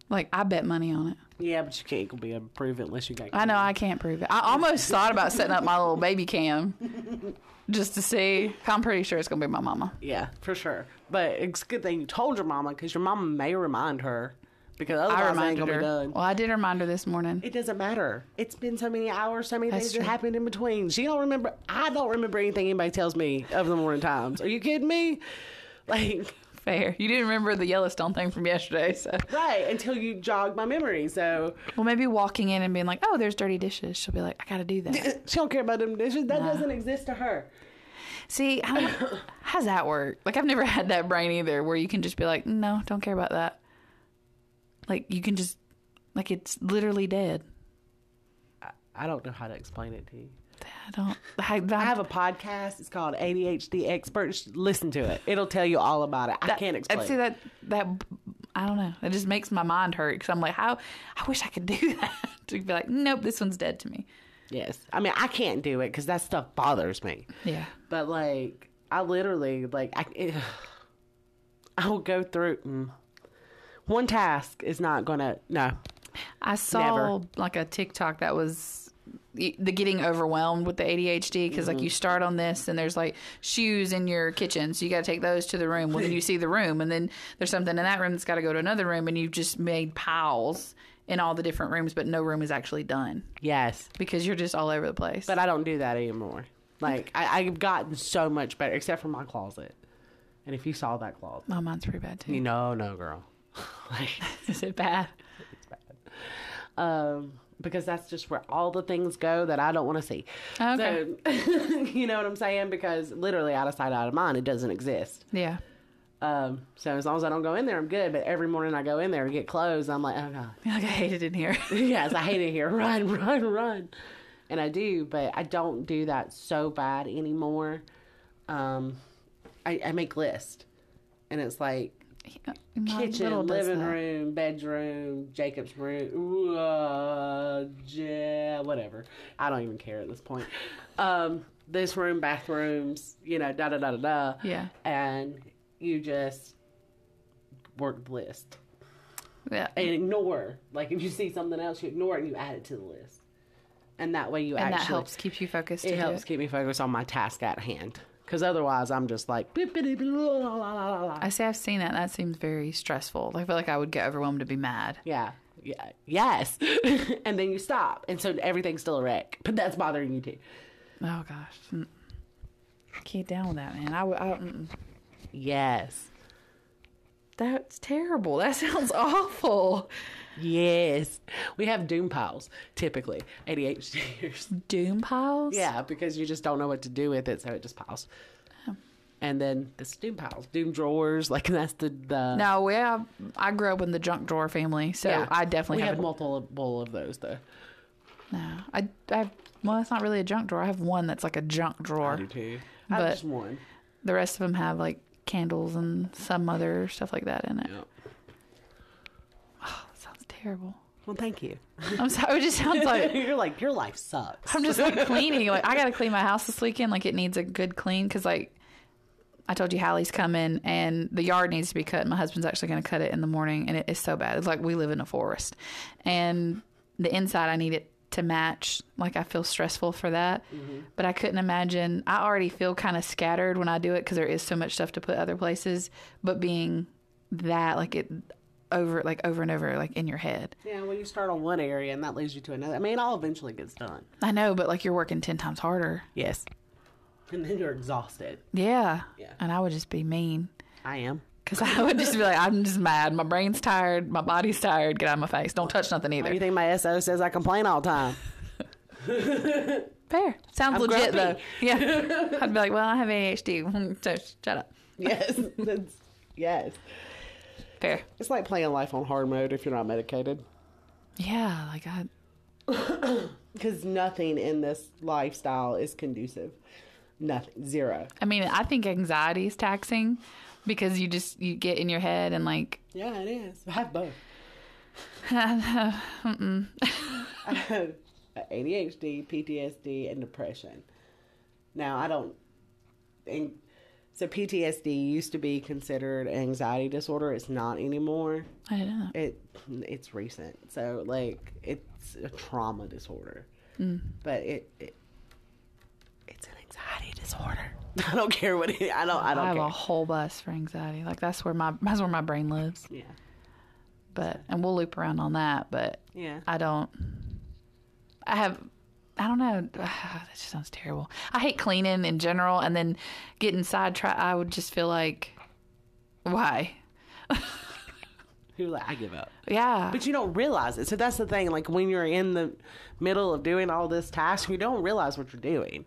S2: Like, I bet money on it.
S1: Yeah, but you can't go be approved unless you got.
S2: I know I can't prove it. I almost thought about setting up my little baby cam just to see. I'm pretty sure it's gonna be my mama.
S1: Yeah, for sure. But it's a good thing you told your mama because your mama may remind her because
S2: I
S1: otherwise it ain't
S2: reminded
S1: gonna
S2: her.
S1: be done.
S2: Well, I did remind her this morning.
S1: It doesn't matter. It's been so many hours, so many
S2: That's
S1: things
S2: true.
S1: that happened in between. She don't remember. I don't remember anything anybody tells me of the morning times. Are you kidding me? Like
S2: Fair. You didn't remember the Yellowstone thing from yesterday, so.
S1: right until you jog my memory. So
S2: Well, maybe walking in and being like, "Oh, there's dirty dishes." She'll be like, "I gotta do that."
S1: she don't care about them dishes. That doesn't exist to her.
S2: See, I don't- how's that work? Like, I've never had that brain either, where you can just be like, "No, don't care about that." Like, you can just, like, it's literally dead.
S1: I don't know how to explain it to you.
S2: I don't. I,
S1: I have a podcast. It's called ADHD Experts. Listen to it. It'll tell you all about it. I
S2: that-
S1: can't explain.
S2: And see that that I don't know. It just makes my mind hurt because I'm like, how I wish I could do that to be like, nope, this one's dead to me.
S1: Yes. I mean, I can't do it because that stuff bothers me.
S2: Yeah,
S1: But like, I literally like I, I will go through. Mm, one task is not gonna no.
S2: I saw like a TikTok that was the the getting overwhelmed with the ADHD because like you
S1: Mm.
S2: start on this and there's like shoes in your kitchen, so you got to take those to the room. Well, then you see the room, and then there's something in that room that's got to go to another room, and you've just made piles in all the different rooms, but no room is actually done
S1: Yes,
S2: because you're just all over the place.
S1: but I don't do that anymore. Like I, I've gotten so much better, except for my closet. And if you saw that closet,
S2: my mind's pretty bad too.
S1: you know, no girl, like
S2: Is it bad?
S1: um, because that's just where all the things go that I don't want to see.
S2: Okay.
S1: So, you know what I'm saying? Because literally, out of sight, out of mind, it doesn't exist.
S2: Yeah.
S1: Um, so as long as I don't go in there, I'm good. But every morning I go in there to get clothes, I'm like, oh god,
S2: You're Like I hate it in here.
S1: yes, I hate it here. Run, run, run. And I do, but I don't do that so bad anymore. Um, I, I make lists, and it's like
S2: My
S1: kitchen,
S2: little does
S1: living
S2: that.
S1: room, bedroom, Jacob's room, ooh, uh, ja- whatever. I don't even care at this point. Um, this room, bathrooms, you know, da da da da da.
S2: Yeah.
S1: And you just work the list
S2: Yeah.
S1: and ignore. Like if you see something else, you ignore it and you add it to the list. And that way you
S2: and
S1: actually
S2: that helps keep you focused.
S1: it
S2: too.
S1: helps keep me focused on my task at hand. Because otherwise, I'm just like, "Bip, bidi, bidi, la, la, la, la, la."
S2: I say I've seen that. That seems very stressful. I feel like I would get overwhelmed to be mad.
S1: yeah, yeah, yes. and then you stop. And so everything's still a wreck. But that's bothering you too.
S2: Oh gosh, Mm. I can't down with that, man. I would. I, mm, mm-mm.
S1: Yes,
S2: that's terrible. That sounds awful.
S1: yes. We have doom piles typically, ADHDers.
S2: Doom piles.
S1: yeah, because you just don't know what to do with it, so it just piles. And then this doom piles, doom drawers, like that's the the.
S2: No, we have. I grew up in the junk drawer family, so
S1: Yeah.
S2: I definitely
S1: we have
S2: have.
S1: multiple of those though.
S2: a, no, I, I. have- Well, that's not really a junk drawer. I have one that's like a junk drawer.
S1: too.
S2: But-
S1: just one.
S2: The rest of them have like candles and some other stuff like that in it.
S1: Yep.
S2: That sounds terrible.
S1: Well, thank you.
S2: I'm sorry. It just sounds like
S1: you're like your life sucks.
S2: I'm just like cleaning. Like I gotta clean my house this weekend. Like it needs a good clean because like I told you, Hallie's coming and the yard needs to be cut. My husband's actually gonna cut it in the morning, and it is so bad. It's like we live in a forest, and the inside I need it to match. Like I feel stressful for that, but I couldn't imagine. I already feel kind of scattered when I do it because there is so much stuff to put other places. But being that like it over like over and over like in your head.
S1: Yeah, well, you start on one area and that leads you to another. I mean, it all eventually gets done.
S2: I know, but like you're working ten times harder.
S1: Yes. And then you're exhausted.
S2: Yeah.
S1: Yeah.
S2: And I would just be mean
S1: I am.
S2: because I would just be like, I'm just mad. My brain's tired. My body's tired. Get out of my face. Don't touch nothing
S1: You
S2: either.
S1: think my SO says I complain all the time?
S2: Fair. Sounds
S1: I'm
S2: legit
S1: grumpy.
S2: though. Yeah. I'd be like, well, I have ADHD. so shut up.
S1: Yes. That's, yes.
S2: Fair.
S1: It's like playing life on hard mode if you're not medicated.
S2: Yeah. Like I.
S1: Because nothing in this lifestyle is conducive. Nothing. Zero.
S2: I mean, I think anxiety is taxing because you just you get in your head and like
S1: Yeah, it is. I have both. I have ADHD, PTSD, and depression. Now, I don't. And so, PTSD used to be considered anxiety disorder. It's not anymore.
S2: I don't know.
S1: It it's recent. So, like, it's a trauma disorder.
S2: Mm.
S1: But it, it it's an anxiety disorder. I don't care what it, I don't. I
S2: I
S1: don't
S2: have
S1: care.
S2: a whole bus for anxiety. Like that's where my that's where my brain lives.
S1: yeah.
S2: But and we'll loop around on that. But
S1: Yeah.
S2: I don't. I have. I don't know. that just sounds terrible. I hate cleaning in general, and then getting sidetracked. I would just feel like, why?
S1: You're like, I give up.
S2: Yeah.
S1: But you don't realize it. So that's the thing. Like when you're in the middle of doing all this task, you don't realize what you're doing.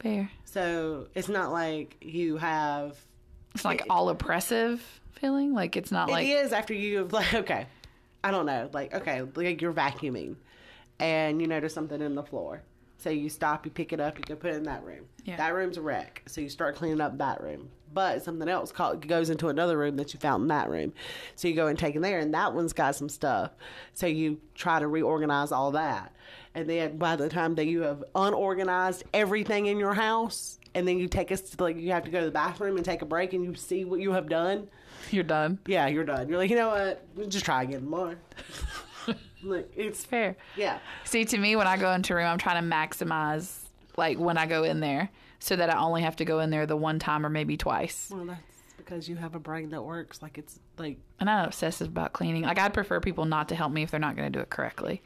S2: Fair.
S1: So it's not like you have.
S2: It's like all oppressive feeling. Like it's not like
S1: it is after you've like okay, I don't know. Like okay, like you're vacuuming, and you notice something in the floor. So you stop, you pick it up, you go put it in that room.
S2: Yeah.
S1: That room's a wreck. So you start cleaning up that room. But something else caught, goes into another room that you found in that room. So you go and take it there, and that one's got some stuff. So you try to reorganize all that. And then by the time that you have unorganized everything in your house, and then you take us to like you have to go to the bathroom and take a break, and you see what you have done
S2: you're done.
S1: yeah, you're done. You're like, you know what? Just try again tomorrow. like it's
S2: Fair.
S1: yeah,
S2: See, to me, when I go into a room, I'm trying to maximize like when I go in there, so that I only have to go in there the one time or maybe twice.
S1: well, that's because you have a brain that works. Like it's like
S2: And I'm obsessive about cleaning. Like I'd prefer people not to help me if they're not going to do it correctly.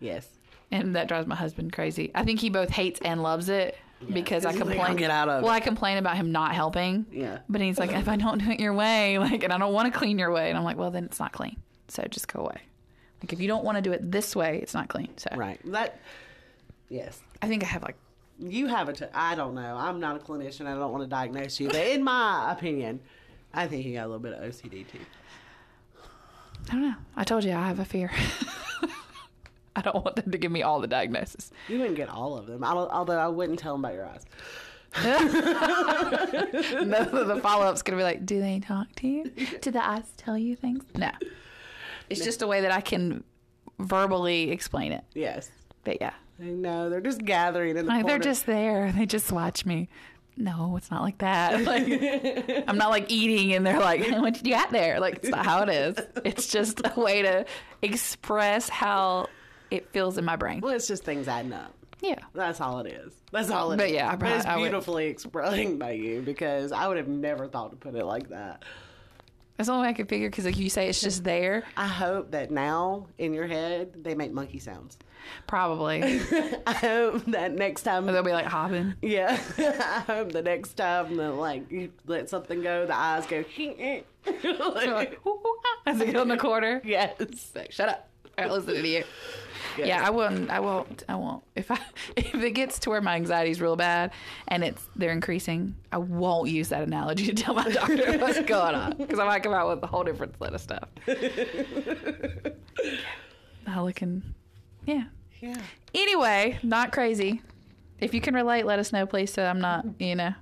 S1: yes,
S2: and that drives my husband crazy. I think he both hates and loves it because I
S1: He's like,
S2: complain.
S1: "I'll get out of
S2: well,
S1: it."
S2: I complain about him not helping.
S1: Yeah.
S2: but he's like, if I don't do it your way, like, and I don't want to clean your way, and I'm like, well, then it's not clean. So just go away. Like, if you don't want to do it this way, it's not clean. So
S1: right. That yes,
S2: I think I have like,
S1: you have it. I don't know. I'm not a clinician. I don't want to diagnose you, but in my opinion, I think you got a little bit of OCD too.
S2: I don't know. I told you I have a fear. I don't want them to give me all the diagnosis.
S1: You wouldn't get all of them. I don't, although I wouldn't tell them about your eyes.
S2: No, the follow up's gonna be like, do they talk to you? Do the eyes tell you things? No, it's just a way that I can verbally explain it.
S1: Yes,
S2: But yeah,
S1: I know they're just gathering in the
S2: Like, they're
S1: corner.
S2: just there. They just watch me. No, it's not like that. Like I'm not like eating and they're like, what did you got there? Like it's not how it is. It's just a way to express how it feels in my brain.
S1: Well, it's just things adding up.
S2: Yeah.
S1: That's all it is. That's all it is.
S2: But yeah, I probably-
S1: it's
S2: I would-
S1: beautifully explained by you because I would have never thought to put it like that.
S2: That's the only way I could figure because like you say it's just there.
S1: I hope that now in your head they make monkey sounds.
S2: Probably.
S1: I hope that next time.
S2: Or they'll be like hopping.
S1: yeah, I hope the next time that like you let something go, the eyes go.
S2: They're like, "Ooh, ooh, ah," as they get on the quarter.
S1: yes.
S2: Like, shut up. I don't listen to you. Yeah, I won't. I won't. I won't. If I if it gets to where my anxiety's real bad and it's they're increasing, I won't use that analogy to tell my doctor what's going on because I might come out with a whole different set of stuff. Not looking. Yeah.
S1: Yeah.
S2: Anyway, not crazy. If you can relate, let us know, please. So I'm not, you know,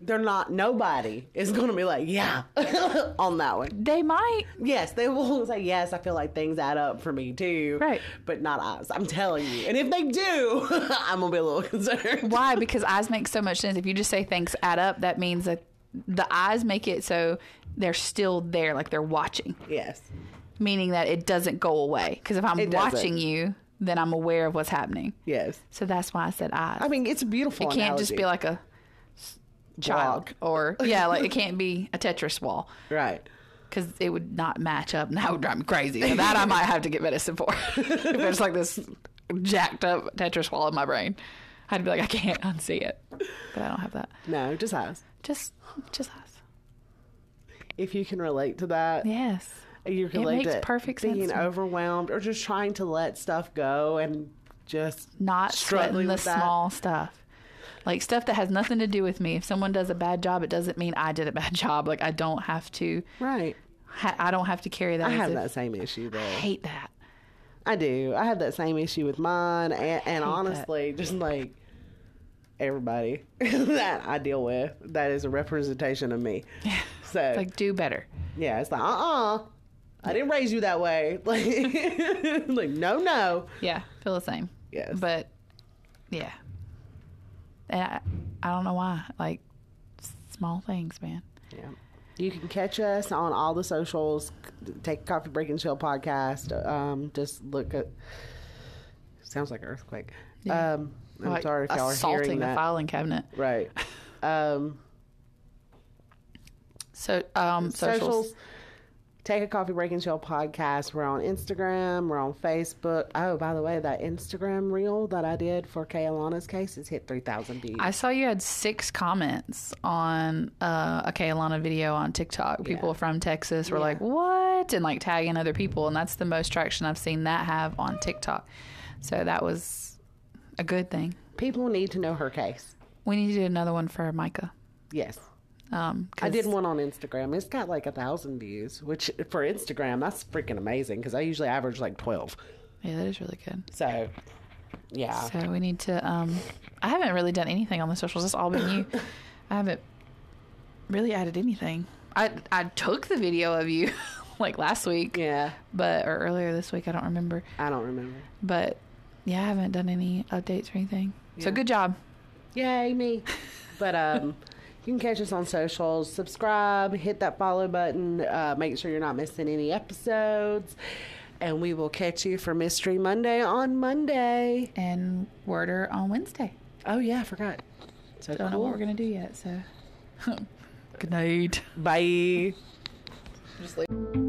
S1: They're not. Nobody is going to be like, yeah, on that one.
S2: they might.
S1: Yes, they will say yes. I feel like things add up for me too.
S2: Right.
S1: But not us. I'm telling you. And if they do, I'm gonna be a little concerned.
S2: Why? Because eyes make so much sense. If you just say things add up, that means that the eyes make it so they're still there, like they're watching,
S1: Yes.
S2: meaning that it doesn't go away. Because if I'm
S1: It doesn't.
S2: watching you, then I'm aware of what's happening.
S1: Yes.
S2: So that's why I said eyes.
S1: I mean, it's a beautiful.
S2: it can't just
S1: analogy.
S2: be like a s- child
S1: Log.
S2: or yeah, like it can't be a Tetris wall
S1: right.
S2: because it would not match up, and that would drive me crazy. So that I might have to get medicine for. if there's like this jacked up Tetris wall in my brain, I'd be like, I can't unsee it. But I don't have that.
S1: No, just us.
S2: Just, just us.
S1: If you can relate to that,
S2: Yes.
S1: you can
S2: It
S1: relate
S2: makes
S1: to
S2: perfect sense
S1: being
S2: to me.
S1: overwhelmed or just trying to let stuff go and just
S2: Not
S1: struggling
S2: sweating the
S1: with that.
S2: small stuff. Like stuff that has nothing to do with me. If someone does a bad job, it doesn't mean I did a bad job. Like I don't have to.
S1: Right.
S2: Ha- I don't have to carry that.
S1: I
S2: as
S1: have
S2: if-
S1: that same issue
S2: I
S1: though.
S2: hate that.
S1: I do. I have that same issue with mine, and, and honestly, just like everybody that I deal with, that is a representation of me. So,
S2: It's like do better.
S1: yeah, it's like, uh, uh I didn't raise you that way. Like, like, no, no.
S2: Yeah, feel the same.
S1: Yes.
S2: But yeah, and I, I don't know why. Like small things, man.
S1: Yeah. You can catch us on all the socials. Take a coffee break and chill podcast. Um, just look at. Sounds like an earthquake.
S2: Yeah.
S1: Um, I'm
S2: like
S1: sorry if y'all are
S2: assaulting
S1: hearing
S2: the
S1: that.
S2: filing cabinet.
S1: Right. Um,
S2: So um, socials.
S1: socials. Take a coffee break and chill podcast. We're on Instagram. We're on Facebook. Oh, by the way, that Instagram reel that I did for Kay Alana's case has hit three thousand views.
S2: I saw you had six comments on uh, a Kaylana video on TikTok. People from Texas were like, "What?" and like tagging other people, and that's the most traction I've seen that have on TikTok. So that was a good thing.
S1: People need to know her case.
S2: We need to do another one for Micah.
S1: Yes,
S2: Um,
S1: I did one on Instagram. It's got like a thousand views, which for Instagram that's freaking amazing because I usually average like twelve.
S2: Yeah, that is really good.
S1: So, yeah,
S2: So we need to. Um, I haven't really done anything on the socials. It's all been you. I haven't really added anything. I I took the video of you like last week,
S1: yeah.
S2: but or earlier this week. I don't remember.
S1: I don't remember.
S2: But yeah, I haven't done any updates or anything. So good job.
S1: Yay, me. But um, you can catch us on socials. Subscribe, hit that follow button. Uh, make sure you're not missing any episodes. And we will catch you for Mystery Monday on Monday.
S2: And Worder on Wednesday.
S1: Oh, yeah, I forgot. So
S2: Don't know
S1: cool.
S2: what we're gonna do yet. So good night.
S1: Bye.
S2: Just